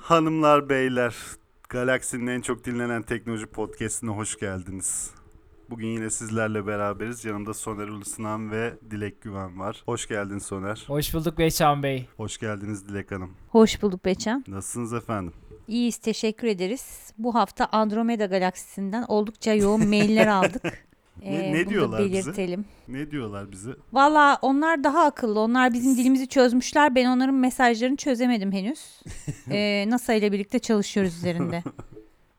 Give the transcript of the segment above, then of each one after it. Hanımlar, beyler, Galaksinin en çok dinlenen teknoloji podcastine hoş geldiniz. Bugün yine sizlerle beraberiz. Yanımda Soner Ulusınan ve Dilek Güven var. Hoş geldin Soner. Hoş bulduk Beyçan Bey. Hoş geldiniz Dilek Hanım. Hoş bulduk Beçen. Nasılsınız efendim? İyiyiz teşekkür ederiz. Bu hafta Andromeda galaksisinden oldukça yoğun mailler aldık. Ee, Ne- ne bunu da diyorlar bize? belirtelim. Ne diyorlar bize? Valla onlar daha akıllı. Onlar bizim dilimizi çözmüşler. Ben onların mesajlarını çözemedim henüz. Ee, NASA ile birlikte çalışıyoruz üzerinde.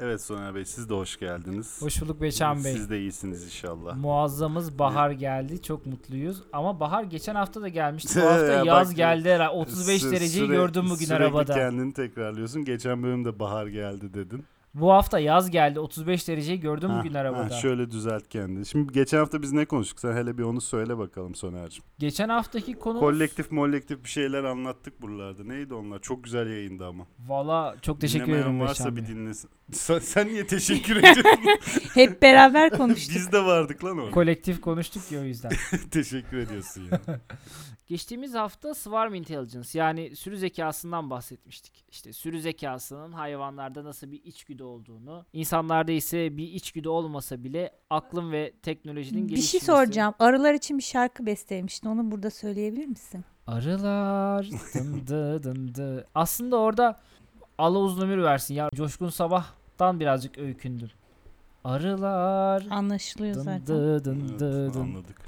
Evet Soner Bey siz de hoş geldiniz. Hoş bulduk Beyçan Bey. Siz de iyisiniz inşallah. Muazzamız bahar geldi. Çok mutluyuz. Ama bahar geçen hafta da gelmişti. Bu Ya hafta yaz bak, geldi. herhalde. 35 Sü- dereceyi süre- gördüm bugün sürekli arabada. kendini tekrarlıyorsun. Geçen bölümde bahar geldi dedin. Bu hafta yaz geldi. 35 dereceyi gördüm Ha, bugün ha, arabada. şöyle düzelt kendini. Şimdi geçen hafta biz ne konuştuk? Sen hele bir onu söyle bakalım Soner'cim. Geçen haftaki konu Kolektif molektif bir şeyler anlattık buralarda. Neydi onlar? Çok güzel yayındı ama. Valla çok teşekkür Dinlemeyen ederim varsa Beyçan bir Bey. dinlesin. Sen, sen niye teşekkür ediyorsun? Hep beraber konuştuk. biz de vardık lan orada. Kolektif konuştuk ya o yüzden. teşekkür ediyorsun ya. Geçtiğimiz hafta Swarm Intelligence yani sürü zekasından bahsetmiştik. İşte sürü zekasının hayvanlarda nasıl bir içgüdü olduğunu, insanlarda ise bir içgüdü olmasa bile aklın ve teknolojinin bir gelişmesi. şey soracağım. Arılar için bir şarkı bestelemiştin. Onu burada söyleyebilir misin? Arılar dım dı dım dı. Aslında orada Allah uzun ömür versin ya. Coşkun Sabah'tan birazcık öykündüm. Arılar Anlaşılıyor dım zaten. dı dım dı Evet, dım. anladık.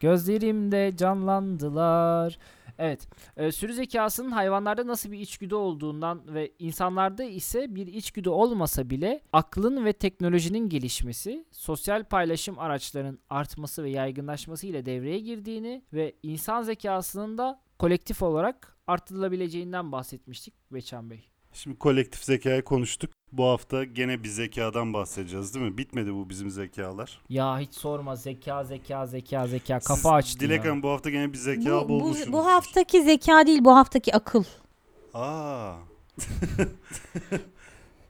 Gözlerimde canlandılar. Evet, e, sürü zekasının hayvanlarda nasıl bir içgüdü olduğundan ve insanlarda ise bir içgüdü olmasa bile aklın ve teknolojinin gelişmesi, sosyal paylaşım araçlarının artması ve yaygınlaşması ile devreye girdiğini ve insan zekasının da kolektif olarak artırılabileceğinden bahsetmiştik Beçen Bey. Şimdi kolektif zekayı konuştuk. Bu hafta gene bir zekadan bahsedeceğiz değil mi? Bitmedi bu bizim zekalar. Ya hiç sorma zeka zeka zeka zeka Siz, kafa açtı Dilek ya. Hanım bu hafta gene bir zeka Bu, bu, bulmuşsunuz. bu haftaki zeka değil bu haftaki akıl. Aa.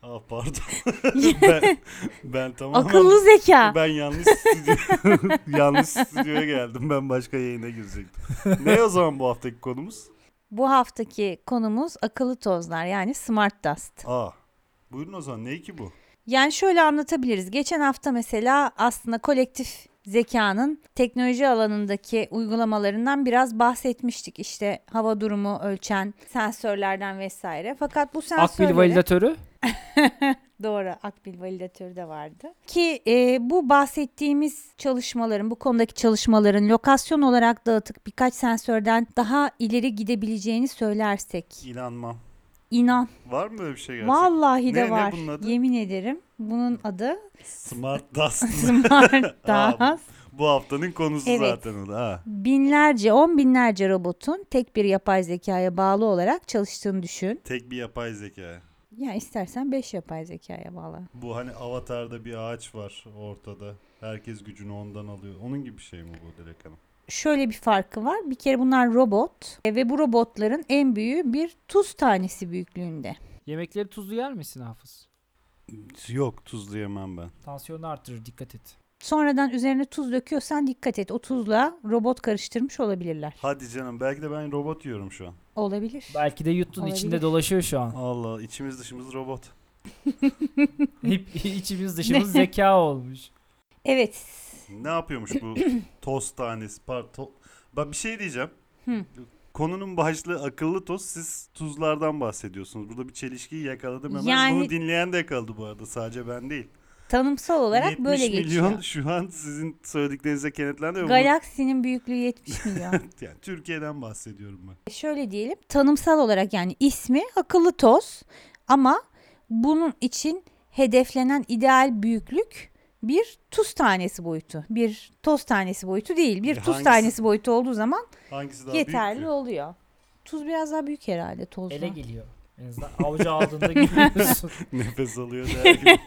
Aa pardon. ben, ben tamamen Akıllı zeka. ben yanlış stüdyo- yanlış stüdyoya geldim. Ben başka yayına girecektim. Ne o zaman bu haftaki konumuz? Bu haftaki konumuz akıllı tozlar yani smart dust. Aa. Buyurun o zaman ne ki bu? Yani şöyle anlatabiliriz. Geçen hafta mesela aslında kolektif zekanın teknoloji alanındaki uygulamalarından biraz bahsetmiştik. İşte hava durumu ölçen sensörlerden vesaire. Fakat bu sensörleri... Akbil validatörü Doğru akbil validatörü de vardı. Ki e, bu bahsettiğimiz çalışmaların bu konudaki çalışmaların lokasyon olarak dağıtık birkaç sensörden daha ileri gidebileceğini söylersek İnanmam. inan Var mı böyle bir şey gerçekten? vallahi Ne- de ne var bunun adı? yemin ederim bunun adı Smart Dust. Smart Aa, Dust bu haftanın konusu Evet. zaten o da. Ha. binlerce on binlerce robotun tek bir yapay zekaya bağlı olarak çalıştığını düşün. Tek bir yapay zeka. Yani istersen 5 yapay zekaya bağla. Bu hani avatarda bir ağaç var ortada. Herkes gücünü ondan alıyor. Onun gibi bir şey mi bu Dilek Hanım? Şöyle bir farkı var. Bir kere bunlar robot e, ve bu robotların en büyüğü bir tuz tanesi büyüklüğünde. yemekleri tuzlu yer misin Hafız? Yok tuzlu yemem ben. Tansiyonu artırır dikkat et. Sonradan üzerine tuz döküyorsan dikkat et. O tuzla robot karıştırmış olabilirler. Hadi canım belki de ben robot yiyorum şu an. Olabilir. Belki de yuttun içinde Olabilir. dolaşıyor şu an. Allah içimiz dışımız robot. Hep içimiz dışımız zeka olmuş. Evet. Ne yapıyormuş bu toz tanesi? Par to- Bak bir şey diyeceğim. Hı. Konunun başlığı akıllı toz. Siz tuzlardan bahsediyorsunuz. Burada bir çelişkiyi yakaladım hemen. Yani- Bunu dinleyen de yakaladı bu arada. Sadece ben değil. Tanımsal olarak 70 böyle milyon geçiyor. şu an sizin söylediklerinize kenetlendi. ve bu- Galaksinin büyüklüğü 70 milyon. yani Türkiye'den bahsediyorum ben. Şöyle diyelim tanımsal olarak yani ismi akıllı toz ama bunun için hedeflenen ideal büyüklük bir tuz tanesi boyutu. Bir toz tanesi boyutu değil. Bir Ya tuz E, hangisi- tanesi boyutu olduğu zaman Hangisi daha yeterli büyük? ki? oluyor. Tuz biraz daha büyük herhalde tozdan. Ele geliyor. En azından avucu aldığında görüyorsun. Nefes alıyor der gibi.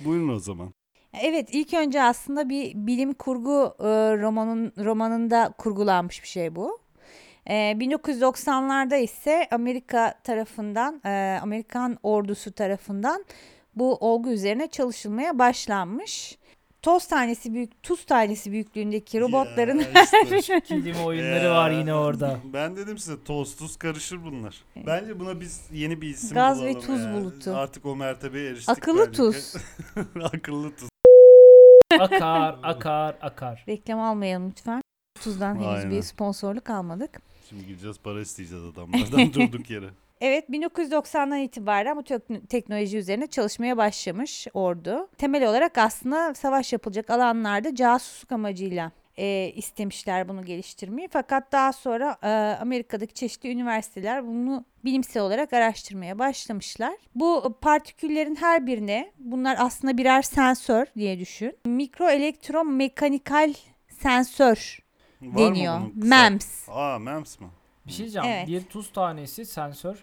Buyurun o zaman. Evet ilk önce aslında bir bilim kurgu e, romanın romanında kurgulanmış bir şey bu. E, 1990'larda ise Amerika tarafından e, Amerikan ordusu tarafından bu olgu üzerine çalışılmaya başlanmış. toz tanesi büyük, tuz tanesi büyüklüğündeki robotların Ya işte. Kelime oyunları var yine Ya, orada. Ee, Ben dedim size toz tuz karışır bunlar. Bence buna biz yeni bir isim Gaz ve bulalım. tuz ya. bulutu. Artık o mertebeye eriştik. akıllı bence. tuz. Akıllı tuz. Akar, akar, akar. Reklam almayalım lütfen. Tuzdan henüz Aynen. bir sponsorluk almadık. Şimdi gideceğiz para isteyeceğiz adamlardan durduk yere. Evet 1990'dan itibaren bu tek- teknoloji üzerine çalışmaya başlamış ordu. Temel olarak aslında savaş yapılacak alanlarda casusluk amacıyla e, istemişler bunu geliştirmeyi. Fakat daha sonra e, Amerika'daki çeşitli üniversiteler bunu bilimsel olarak araştırmaya başlamışlar. Bu e, partiküllerin her birine bunlar aslında birer sensör diye düşün. Mikroelektromekanikal sensör Var deniyor. Mı bunun kısa- MEMS. Aa MEMS mi? Bir şey diyeceğim. Evet. Bir tuz tanesi sensör.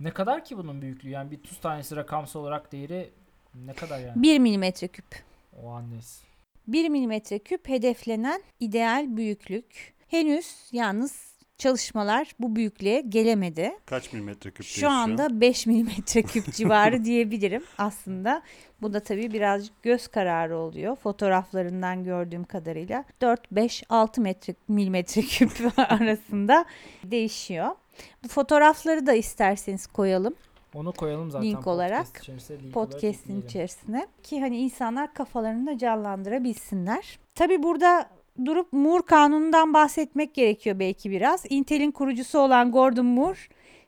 Ne kadar ki bunun büyüklüğü? Yani bir tuz tanesi rakamsal olarak değeri ne kadar yani? 1 milimetre küp. O annesi. 1 milimetre küp hedeflenen ideal büyüklük. Henüz yalnız çalışmalar bu büyüklüğe gelemedi. Kaç milimetre küp Şu anda 5 milimetre küp civarı diyebilirim aslında. Bu da tabii birazcık göz kararı oluyor. Fotoğraflarından gördüğüm kadarıyla 4, 5, 6 metre, milimetre küp arasında değişiyor. Bu fotoğrafları da isterseniz koyalım Onu koyalım zaten. Link podcast olarak, içerisine link olarak podcast'in yükleyelim. içerisine ki hani insanlar kafalarında canlandırabilsinler. Tabi burada durup Moore kanunundan bahsetmek gerekiyor belki biraz. Intel'in kurucusu olan Gordon Moore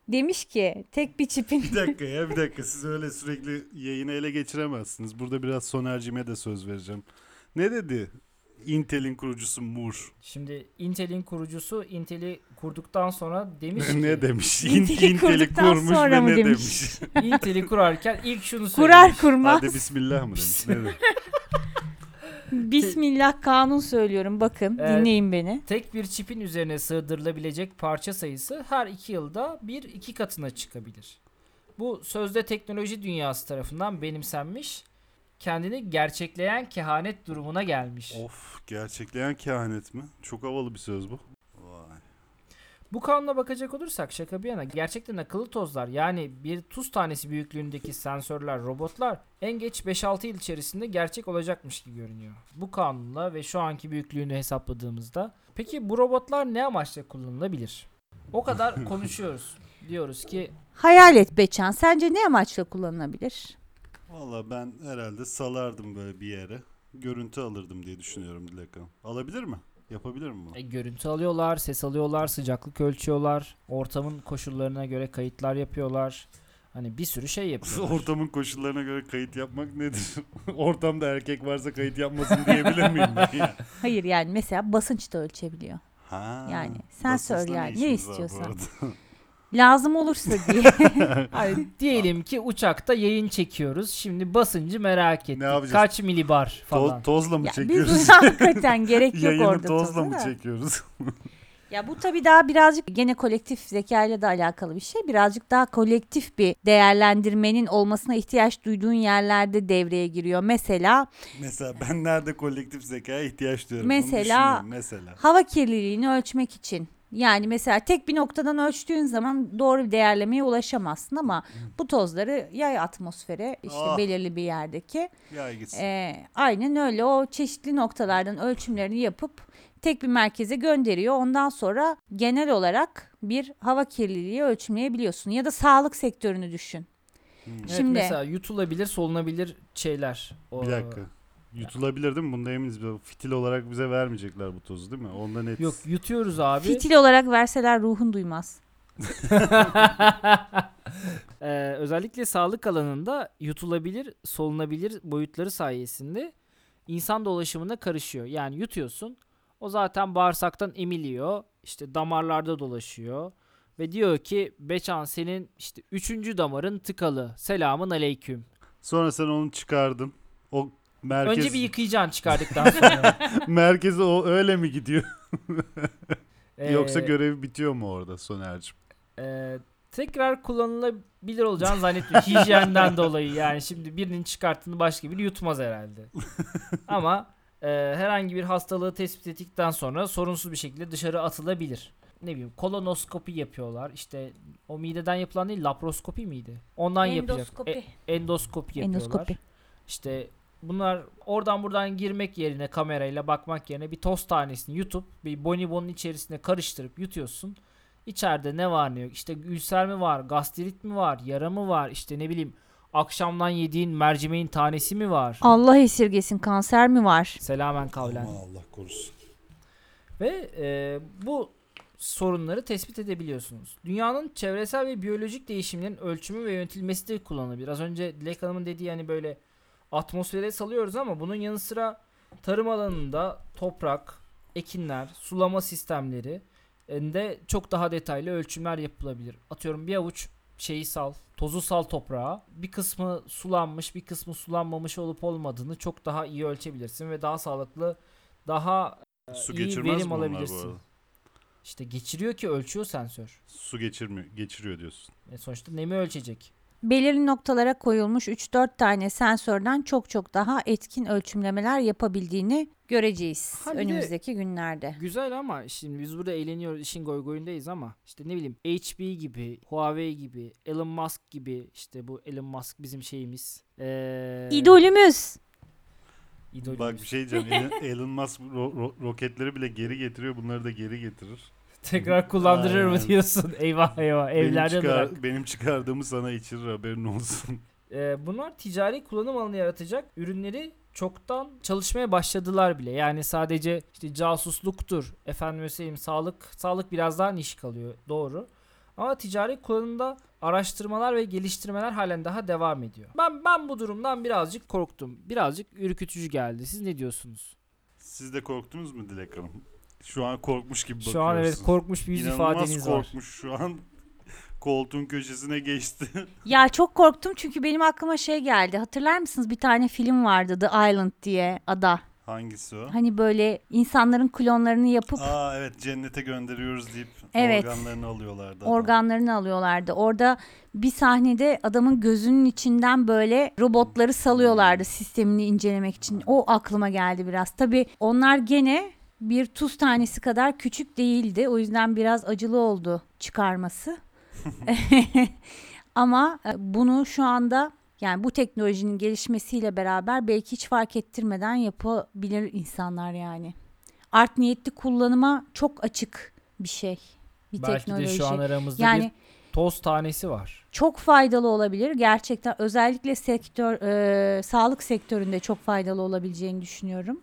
demiş ki tek bir çipin Bir dakika ya bir dakika siz öyle sürekli yayını ele geçiremezsiniz. Burada biraz Soner'cime de söz vereceğim. Ne dedi? Intel'in kurucusu Moore. Şimdi Intel'in kurucusu Intel'i kurduktan sonra demiş Ne, ki ne demiş? İn- şey. Intel'i kurduktan kurmuş sonra ve mı ne demiş? demiş? Intel'i kurarken ilk şunu söylemiş. kurar kurmaz. Hadi bismillah mı demiş? Ne demiş? Bismillah kanun söylüyorum bakın Evet. dinleyin beni. Tek bir çipin üzerine sığdırılabilecek parça sayısı her iki yılda bir iki katına çıkabilir. Bu sözde teknoloji dünyası tarafından benimsenmiş, kendini gerçekleyen kehanet durumuna gelmiş. of gerçekleyen kehanet mi? Çok havalı bir söz bu. Vay. Bu kanuna bakacak olursak şaka bir yana gerçekten akıllı tozlar yani bir tuz tanesi büyüklüğündeki sensörler, robotlar en geç 5-6 yıl içerisinde gerçek olacakmış gibi görünüyor. Bu kanunla ve şu anki büyüklüğünü hesapladığımızda peki bu robotlar ne amaçla kullanılabilir? O kadar konuşuyoruz. Diyoruz ki Hayal et Beçan sence ne amaçla kullanılabilir? Valla ben herhalde salardım böyle bir yere. Görüntü alırdım diye düşünüyorum Dilek Hanım. Alabilir mi? Yapabilir mi? bunu? e, görüntü alıyorlar, ses alıyorlar, sıcaklık ölçüyorlar, ortamın koşullarına göre kayıtlar yapıyorlar. Hani bir sürü şey yapıyorlar. Ortamın koşullarına göre kayıt yapmak nedir? Ortamda erkek varsa kayıt yapmasın diyebilir miyim ben ya? Hayır yani mesela basınç da ölçebiliyor. Ha, Yani basınçla sensör yani, ne işimiz var bu istiyorsan. arada? Lazım olursa diye. Hayır, diyelim ki uçakta yayın çekiyoruz. Şimdi basıncı merak ettik. yapacağız? Kaç milibar falan. To- tozla mı ya, biz çekiyoruz? buna hakikaten gerek yok Yayını orada. tozla mı tozuna da. çekiyoruz? Ya bu tabii daha birazcık gene kolektif zekayla da alakalı bir şey. Birazcık daha kolektif bir değerlendirmenin olmasına ihtiyaç duyduğun yerlerde devreye giriyor. Mesela mesela ben nerede kolektif zekaya ihtiyaç duyuyorum? onu Mesela- düşünüyorum, Mesela. hava kirliliğini ölçmek için. Yani mesela tek bir noktadan ölçtüğün zaman doğru bir değerlemeye ulaşamazsın ama bu tozları yay atmosfere işte Ah. belirli bir yerdeki Ya gitsin. Ee, aynen öyle o çeşitli noktalardan ölçümlerini yapıp tek bir merkeze gönderiyor. Ondan sonra genel olarak bir hava kirliliği ölçümleyebiliyorsun ya da sağlık sektörünü düşün. Evet, Şimdi mesela yutulabilir, solunabilir şeyler. O- Bir dakika. Yutulabilir değil mi? Bunda eminiz. Böyle Fitil olarak bize vermeyecekler bu tozu değil mi? Ondan net. Yok yutuyoruz abi. fitil olarak verseler ruhun duymaz. Ee, özellikle sağlık alanında yutulabilir, solunabilir boyutları sayesinde insan dolaşımına karışıyor. Yani yutuyorsun. O zaten bağırsaktan emiliyor. işte damarlarda dolaşıyor. Ve diyor ki Beçan senin işte üçüncü damarın tıkalı. Selamın aleyküm. Sonra sen onu çıkardın. O merkez, Önce bir yıkayacaksın çıkardıktan sonra. merkeze o öyle mi gidiyor? Ee, Yoksa görevi bitiyor mu orada Soner'cim? e, tekrar kullanılabilir olacağını zannetmiyorum. Hijyenden dolayı yani şimdi birinin çıkarttığını başka biri yutmaz herhalde. Ama e, herhangi bir hastalığı tespit ettikten sonra sorunsuz bir şekilde dışarı atılabilir. Ne bileyim kolonoskopi yapıyorlar. İşte o mideden yapılan değil laproskopi miydi? Ondan yapacak. E, endoskopi yapıyorlar. Endoskopi. İşte bunlar oradan buradan girmek yerine kamerayla bakmak yerine bir toz tanesini yutup bir bonibonun içerisine karıştırıp yutuyorsun. İçeride ne var ne yok işte ülser mi var gastrit mi var yara mı var işte ne bileyim akşamdan yediğin mercimeğin tanesi mi var? Allah esirgesin kanser mi var? Selamen kavlen. Aman Allah korusun. Ve e, bu sorunları tespit edebiliyorsunuz. Dünyanın çevresel ve biyolojik değişiminin ölçümü ve yönetilmesi de kullanılabilir. Az önce Dilek Hanım'ın dediği hani böyle atmosfere salıyoruz ama bunun yanı sıra tarım alanında toprak, ekinler, sulama sistemleri e, de çok daha detaylı ölçümler yapılabilir. Atıyorum bir avuç şeyi sal, tozu sal toprağa. Bir kısmı sulanmış, bir kısmı sulanmamış olup olmadığını çok daha iyi ölçebilirsin ve daha sağlıklı, daha e, Su iyi geçirmez mi verim bunlar bu alabilirsin. arada? İşte geçiriyor ki ölçüyor sensör. Su geçirmiyor, geçiriyor diyorsun. E sonuçta nemi ölçecek. Belirli noktalara koyulmuş 3-4 tane sensörden çok çok daha etkin ölçümlemeler yapabildiğini göreceğiz Ha bir de- önümüzdeki günlerde. Güzel ama şimdi biz burada eğleniyoruz işin goygoyundayız ama işte ne bileyim HP gibi, Huawei gibi, Elon Musk gibi işte bu Elon Musk bizim şeyimiz. Ee, İdolümüz. idolümüz. Bak bir şey diyeceğim. Elon- Elon Musk ro- ro- roketleri bile geri getiriyor. Bunları da geri getirir. Tekrar kullandırır mı Aynen. diyorsun? Eyvah eyvah evlerde benim, çıkar- bırak. benim çıkardığımı sana içirir haberin olsun. Ee, bunlar ticari kullanım alanı yaratacak ürünleri çoktan çalışmaya başladılar bile. Yani sadece işte casusluktur, efendim söyleyeyim sağlık, sağlık birazdan iş kalıyor doğru. Ama ticari kullanımda araştırmalar ve geliştirmeler halen daha devam ediyor. Ben ben bu durumdan birazcık korktum. Birazcık ürkütücü geldi. Siz ne diyorsunuz? Siz de korktunuz mu Dilek Hanım? Şu an korkmuş gibi bakıyorsun. Şu an evet korkmuş bir yüz İnanılmaz ifadeniz var. korkmuş şu an. Koltuğun köşesine geçti. Ya çok korktum çünkü benim aklıma şey geldi. Hatırlar mısınız bir tane film vardı The Island diye ada. Hangisi o? Hani böyle insanların klonlarını yapıp Aa evet cennete gönderiyoruz deyip Evet. organlarını alıyorlardı. adam. organlarını alıyorlardı. Orada bir sahnede adamın gözünün içinden böyle robotları salıyorlardı Hmm. sistemini incelemek için. O aklıma geldi biraz. Tabii onlar gene bir tuz tanesi kadar küçük değildi. O yüzden biraz acılı oldu çıkarması. Ama e, bunu şu anda yani bu teknolojinin gelişmesiyle beraber belki hiç fark ettirmeden yapabilir insanlar yani. Art niyetli kullanıma çok açık bir şey. Bir Belki de teknoloji. şu an aramızda Yani bir toz tanesi var. çok faydalı olabilir. Gerçekten özellikle sektör e, sağlık sektöründe çok faydalı olabileceğini düşünüyorum.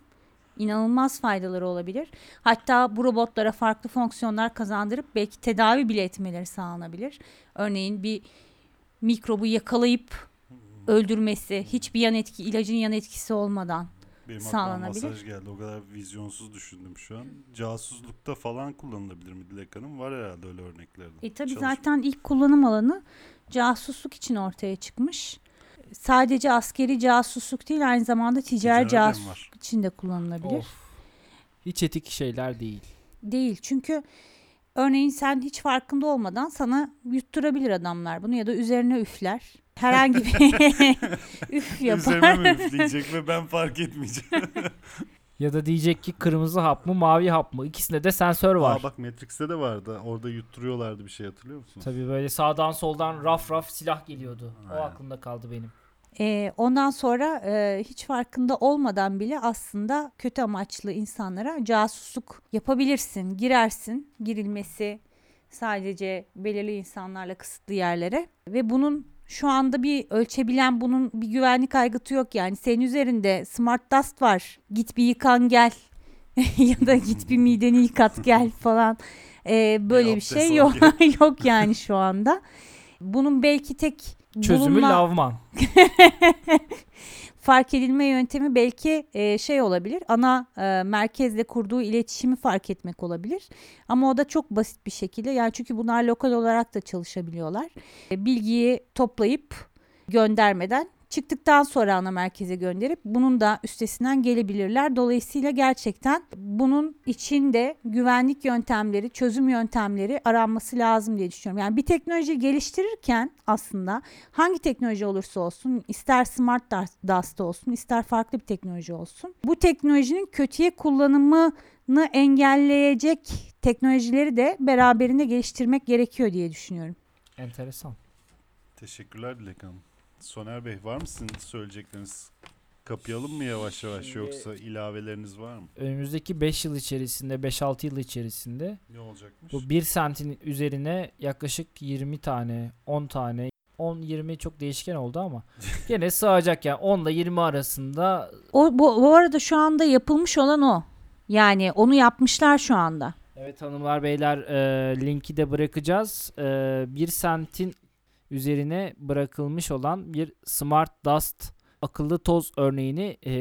İnanılmaz faydaları olabilir. Hatta bu robotlara farklı fonksiyonlar kazandırıp belki tedavi bile etmeleri sağlanabilir. Örneğin bir mikrobu yakalayıp öldürmesi, hiçbir yan etki, ilacın yan etkisi olmadan. Benim aklıma sağlanabilir. masaj geldi. O kadar vizyonsuz düşündüm şu an. Casuslukta falan kullanılabilir mi Dilek Hanım? Var herhalde öyle örneklerde. E tabii Çalışma- zaten ilk kullanım alanı casusluk için ortaya çıkmış. Sadece askeri casusluk değil aynı zamanda ticari Ticaret de mi var? casusluk için de kullanılabilir. Of. Hiç etik şeyler değil. Değil çünkü örneğin sen hiç farkında olmadan sana yutturabilir adamlar bunu ya da üzerine üfler. Herhangi bir üf Üzerime mi yapar. üfleyecek ve ben fark etmeyeceğim. Ya da diyecek ki kırmızı hap mı mavi hap mı ikisinde de sensör var. Aa bak Matrix'te de vardı. Orada yutturuyorlardı bir şey hatırlıyor musun? Tabii böyle sağdan soldan raf raf silah geliyordu. O Aynen. aklımda kaldı benim. E, ondan sonra e, hiç farkında olmadan bile aslında kötü amaçlı insanlara casusluk yapabilirsin, girersin, girilmesi sadece belirli insanlarla kısıtlı yerlere ve bunun şu anda bir ölçebilen bunun bir güvenlik aygıtı yok yani senin üzerinde smart dust var git bir yıkan gel ya da git bir mideni yıkat gel falan E, böyle bir, abdest şey al yok yok yani şu anda bunun belki tek Çözümü bulunma- lavman. fark edilme yöntemi belki e, şey olabilir. Ana e, merkezle kurduğu iletişimi fark etmek olabilir. Ama o da çok basit bir şekilde. Yani çünkü bunlar lokal olarak da çalışabiliyorlar. E, bilgiyi toplayıp göndermeden çıktıktan sonra ana merkeze gönderip bunun da üstesinden gelebilirler. Dolayısıyla gerçekten bunun içinde güvenlik yöntemleri, çözüm yöntemleri aranması lazım diye düşünüyorum. Yani bir teknoloji geliştirirken aslında hangi teknoloji olursa olsun ister smart das- dasta olsun ister farklı bir teknoloji olsun bu teknolojinin kötüye kullanımını engelleyecek teknolojileri de beraberinde geliştirmek gerekiyor diye düşünüyorum. Enteresan. Teşekkürler Dilek Hanım. Soner Bey var mısın söyleyecekleriniz? Kapayalım mı yavaş yavaş Şimdi- yoksa ilaveleriniz var mı? Önümüzdeki 5 yıl içerisinde 5-6 yıl içerisinde Ne olacakmış? bu 1 santin üzerine yaklaşık 20 tane 10 tane 10-20 çok değişken oldu ama gene sığacak yani 10 ile 20 arasında O, bu, bu arada şu anda yapılmış olan o. Yani onu yapmışlar şu anda. Evet hanımlar beyler e, linki de bırakacağız. E, 1 sentin üzerine bırakılmış olan bir Smart Dust akıllı toz örneğini e,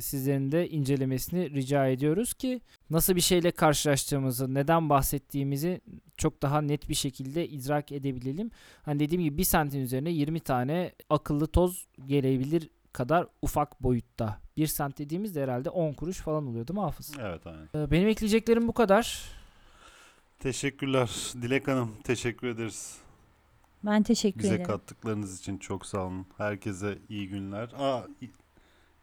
sizlerin de incelemesini rica ediyoruz ki nasıl bir şeyle karşılaştığımızı, neden bahsettiğimizi çok daha net bir şekilde idrak edebilelim. Hani dediğim gibi 1 santin üzerine 20 tane akıllı toz gelebilir kadar ufak boyutta. 1 sant dediğimizde herhalde 10 kuruş falan oluyor değil mi Hafız? Evet aynen. Ee, Benim ekleyeceklerim bu kadar. Teşekkürler Dilek Hanım. Teşekkür ederiz. Ben teşekkür Bize ederim. kattıklarınız için çok sağ olun. Herkese iyi günler. Aa, i-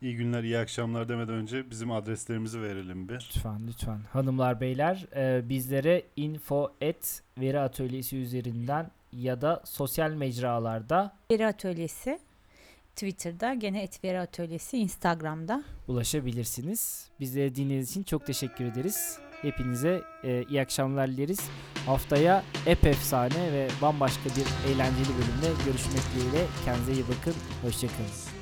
iyi günler, iyi akşamlar demeden önce bizim adreslerimizi verelim bir. Lütfen lütfen. Hanımlar beyler e, bizlere info et veri atölyesi üzerinden ya da sosyal mecralarda Veri Atölyesi. Twitter'da gene Etveri Atölyesi, Instagram'da. ulaşabilirsiniz. Bizleri dinlediğiniz için çok teşekkür ederiz. Hepinize e, iyi akşamlar dileriz. Haftaya ep efsane ve bambaşka bir eğlenceli bölümde görüşmek dileğiyle. Kendinize iyi bakın. Hoşçakalın.